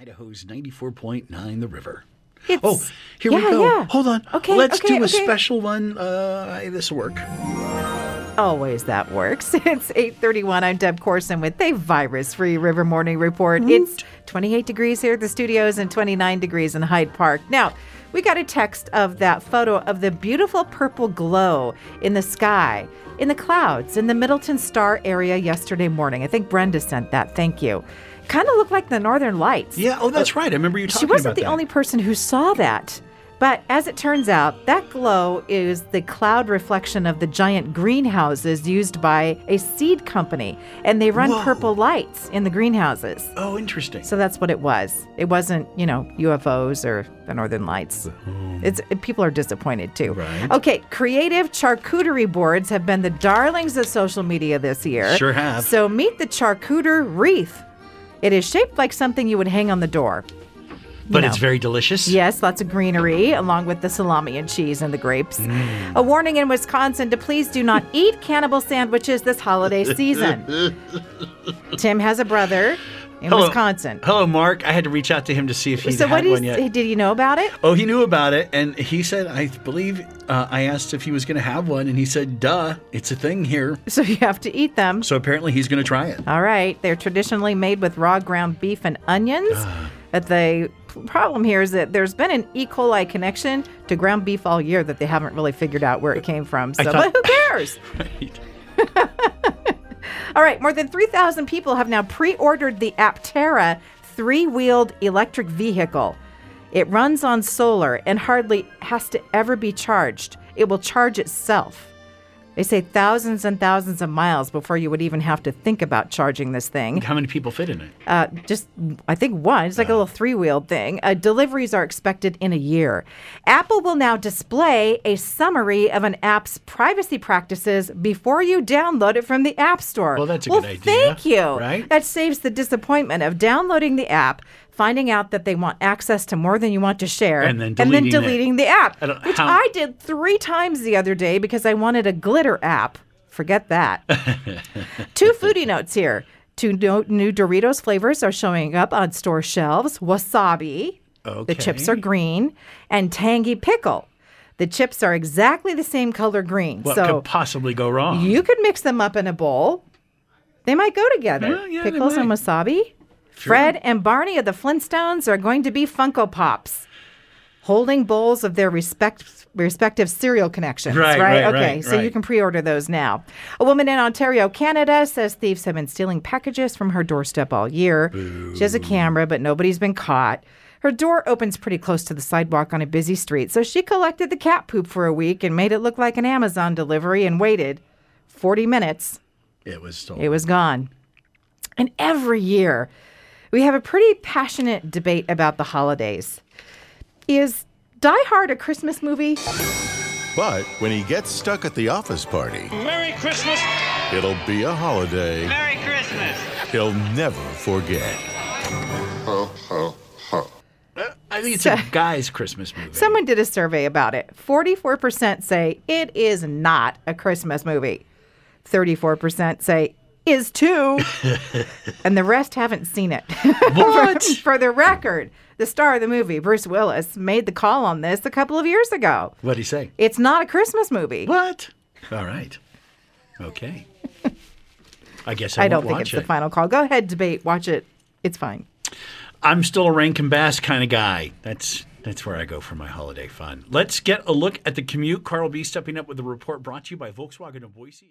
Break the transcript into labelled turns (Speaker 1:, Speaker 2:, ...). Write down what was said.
Speaker 1: Idaho's 94.9 The River.
Speaker 2: It's,
Speaker 1: Oh, here we
Speaker 2: yeah,
Speaker 1: go.
Speaker 2: yeah.
Speaker 1: Hold on.
Speaker 2: Okay,
Speaker 1: Let's
Speaker 2: okay,
Speaker 1: do a
Speaker 2: okay.
Speaker 1: special one. Uh, this will work.
Speaker 2: Always that works. It's 831. I'm Deb Corson with the Virus Free River Morning Report. It's 28 degrees here at the studios and 29 degrees in Hyde Park. Now, we got a text of that photo of the beautiful purple glow in the sky, in the clouds, in the Middleton Star area yesterday morning. I think Brenda sent that. Thank you. Kind of looked like the Northern Lights.
Speaker 1: Yeah. Oh, that's right. I remember you talking
Speaker 2: Uh, She wasn't
Speaker 1: about
Speaker 2: the
Speaker 1: that.
Speaker 2: only person who saw that. But as it turns out, that glow is the cloud reflection of the giant greenhouses used by a seed company, and they run
Speaker 1: Whoa.
Speaker 2: purple lights in the greenhouses.
Speaker 1: Oh, interesting.
Speaker 2: So that's what it was. It wasn't, you know, UFOs or the Northern Lights. It's people are disappointed too.
Speaker 1: Right.
Speaker 2: Okay, creative charcuterie boards have been the darlings of social media this year.
Speaker 1: Sure have.
Speaker 2: So meet the charcuter wreath. It is shaped like something you would hang on the door.
Speaker 1: but
Speaker 2: no.
Speaker 1: it's very delicious.
Speaker 2: Yes, lots of greenery, along with the salami and cheese and the grapes.
Speaker 1: Mm.
Speaker 2: A warning in Wisconsin to please do not eat cannibal sandwiches this holiday season. Tim has a brother in
Speaker 1: Hello.
Speaker 2: Wisconsin.
Speaker 1: Hello, Mark. I had to reach out to him to see if he
Speaker 2: So
Speaker 1: had
Speaker 2: what
Speaker 1: one
Speaker 2: is,
Speaker 1: yet.
Speaker 2: did you know about it?
Speaker 1: Oh, he knew about it, and he said, "I believe." Uh, I asked if he was going to have one, and he said, "Duh, it's a thing here."
Speaker 2: So you have to eat them.
Speaker 1: So apparently, he's going to try it.
Speaker 2: All right. They're traditionally made with raw ground beef and onions. But the problem here is that there's been an E. coli connection to ground beef all year that they haven't really figured out where it came from. So,
Speaker 1: thought-
Speaker 2: but who cares? all right. More than 3,000 people have now pre ordered the Aptera three wheeled electric vehicle. It runs on solar and hardly has to ever be charged, it will charge itself. They say thousands and thousands of miles before you would even have to think about charging this thing.
Speaker 1: How many people fit in it?
Speaker 2: Uh, just, I think one, it's like a little three wheeled thing. Uh, deliveries are expected in a year. Apple will now display a summary of an app's privacy practices before you download it from the App Store.
Speaker 1: Well, that's a good idea,
Speaker 2: Thank you.
Speaker 1: right?
Speaker 2: That saves the disappointment of downloading the app, finding out that they want access to more than you want to share,
Speaker 1: And then
Speaker 2: and then
Speaker 1: deleting it.
Speaker 2: deleting the app,
Speaker 1: I don't-
Speaker 2: which
Speaker 1: how-
Speaker 2: I did three times the other day because I wanted a glitter app. Forget that. Two foodie notes here. Two no- new Doritos flavors are showing up on store shelves wasabi, the chips
Speaker 1: Okay.
Speaker 2: are green, and tangy pickle. The chips are exactly the same color green.
Speaker 1: What
Speaker 2: so
Speaker 1: could possibly go wrong?
Speaker 2: you could mix them up in a bowl. They might go together.
Speaker 1: Yeah, yeah, they
Speaker 2: Pickles and
Speaker 1: might.
Speaker 2: wasabi. Fred and Barney of the Flintstones are going to be Funko Pops, holding bowls of their respect, respective cereal connections.
Speaker 1: Right, right,
Speaker 2: okay,
Speaker 1: right,
Speaker 2: so you
Speaker 1: right.
Speaker 2: can pre-order those now. A woman in Ontario, Canada, says thieves have been stealing packages from her doorstep all year. She has a camera, but nobody's been caught. Her door opens pretty close to the sidewalk on a busy street, so she collected the cat poop for a week and made it look like an Amazon delivery and waited 40 minutes
Speaker 1: It was stolen.
Speaker 2: it was gone. And every year, we have a pretty passionate debate about the holidays. Is Die Hard a Christmas movie?
Speaker 3: But when he gets stuck at the office party,
Speaker 4: Merry Christmas.
Speaker 3: it'll be a holiday
Speaker 4: Merry Christmas.
Speaker 3: he'll never forget.
Speaker 1: I think it's a guy's Christmas movie.
Speaker 2: Someone did a survey about it. 44% say it is not a Christmas movie. 34% say is too. and the rest haven't seen it.
Speaker 1: What?
Speaker 2: for, for the record, the star of the movie, Bruce Willis, made the call on this a couple of years ago.
Speaker 1: What'd he say?
Speaker 2: It's not a Christmas movie.
Speaker 1: What? All right. Okay. I guess I,
Speaker 2: I don't
Speaker 1: won't
Speaker 2: think it's
Speaker 1: watch
Speaker 2: the
Speaker 1: it.
Speaker 2: final call. Go ahead, debate, watch it. It's fine.
Speaker 1: I'm still a Rankin Bass kind of guy. That's that's where I go for my holiday fun. Let's get a look at the commute. Carl B stepping up with a report brought to you by Volkswagen of Boise.